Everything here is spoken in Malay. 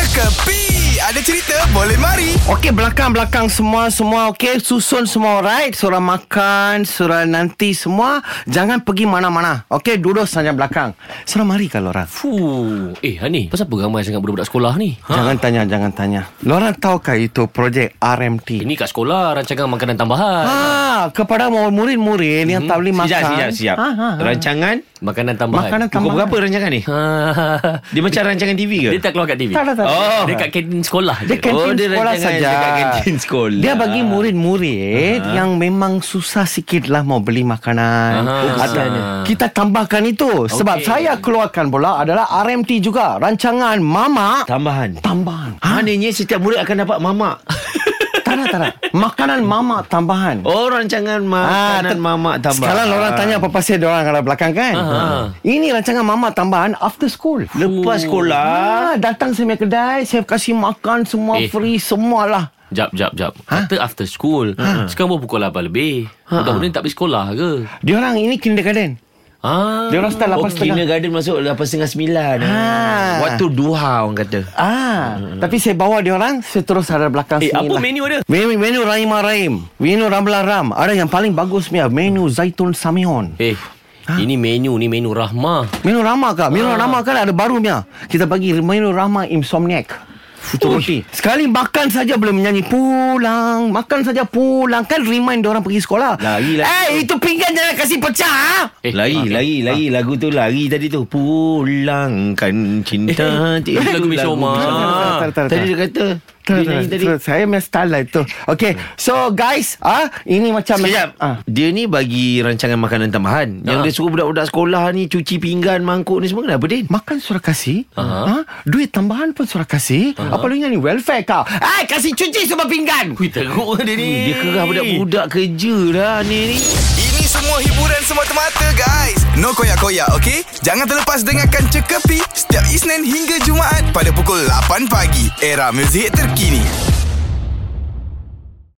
Kepi Ada cerita boleh mari Okey belakang-belakang semua semua okey susun semua right surah makan surah nanti semua jangan pergi mana-mana okey duduk saja belakang surah mari kalau orang Fuh. Eh, Hani, pasal apa ramai sangat budak-budak sekolah ni? ha? jangan tanya jangan tanya Lorang tahukah itu projek RMT Ini kat sekolah rancangan makanan tambahan. ha kepada murid-murid yang tak boleh makan Sekejap, sekejap, sekejap. Ha, ha, ha. Rancangan? Makanan tambahan. Ha. Makanan Pukul Tambahan. berapa rancangan ni? Dia macam rancangan TV ke? Dia Ya. tak keluar kat TV. tak tak tak Oh. Dia kan- kat kantin sekolah Dia je. kantin Oh, dia sekolah rancangan saja. dekat kantin sekolah. Dia bagi murid-murid uh-huh. yang memang susah sikit lah mau beli makanan. Ah, Ada- susahnya. Kita tambahkan itu. Sebab Okey. saya keluarkan pula adalah RMT juga. Rancangan Mama Tambahan. Tambahan. Ha? Maknanya setiap murid akan dapat mamak. tak nak, tak nak. Makanan Mama Tambahan. Oh, rancangan makanan ter- mamak tambahan. Sekarang orang tanya apa pasal orang kalau belakang kan. Ah. Ini rancangan Mama Tambahan after school. Lepas sekolah, Ah, datang saya punya kedai, saya kasih makan semua Eh. free semualah. Jap, jap, jap. Kata after school. Sekarang baru pukul 8 lebih. Budak-budak ni tak pergi sekolah ke? Diorang ini kindergarten. Ah. Diorang start oh, 8.30. kindergarten masuk 8.30 ha. Ah. Waktu duha ha, orang kata. Ah, hmm. tapi saya bawa dia orang, saya terus ada belakang Eh, sini apa lah. menu dia? Menu, menu Rahimah Rahim. Menu Ramla Ram. Ada yang paling bagus punya, menu Zaitun Samion. Eh, ini menu ni menu Rahmah. Menu Rama kak. Menu Ah. Rama kan ada baru punya. Kita bagi menu Rama Insomniac. Futur roti. Sekali makan saja boleh menyanyi pulang. Makan saja pulang. Kan remind orang pergi sekolah. Lari, lari. Eh, itu pinggan jangan kasi pecah. ah. Eh, ah, lari, lari, lari. Lagu tu lari tadi tu. Pulangkan cinta. Eh, itu lagu Misha Omar. Tak, tak, tak, tak, tak. Tadi dia kata. Terus, Dia nyanyi terus, tadi. terus. Saya punya style lah itu. Okay. So guys, ah ini macam... Sekejap Ah. Dia ni bagi rancangan makanan tambahan Yang Ah. dia suruh budak-budak sekolah ni Cuci pinggan, mangkuk ni semua kenapa Eh, Din? Makan surah kasih Aha. ha? Duit tambahan pun surah kasih Apa lu ingat ni welfare kau Eh kasih cuci semua pinggan Wih, teruk Hmm, dia ni. Dia kerah budak-budak kerja lah ni ni Ini semua hiburan semata-mata guys No koyak-koyak ok Jangan terlepas dengarkan Cekapi Setiap Isnin hingga Jumaat Pada pukul 8 pagi Era muzik terkini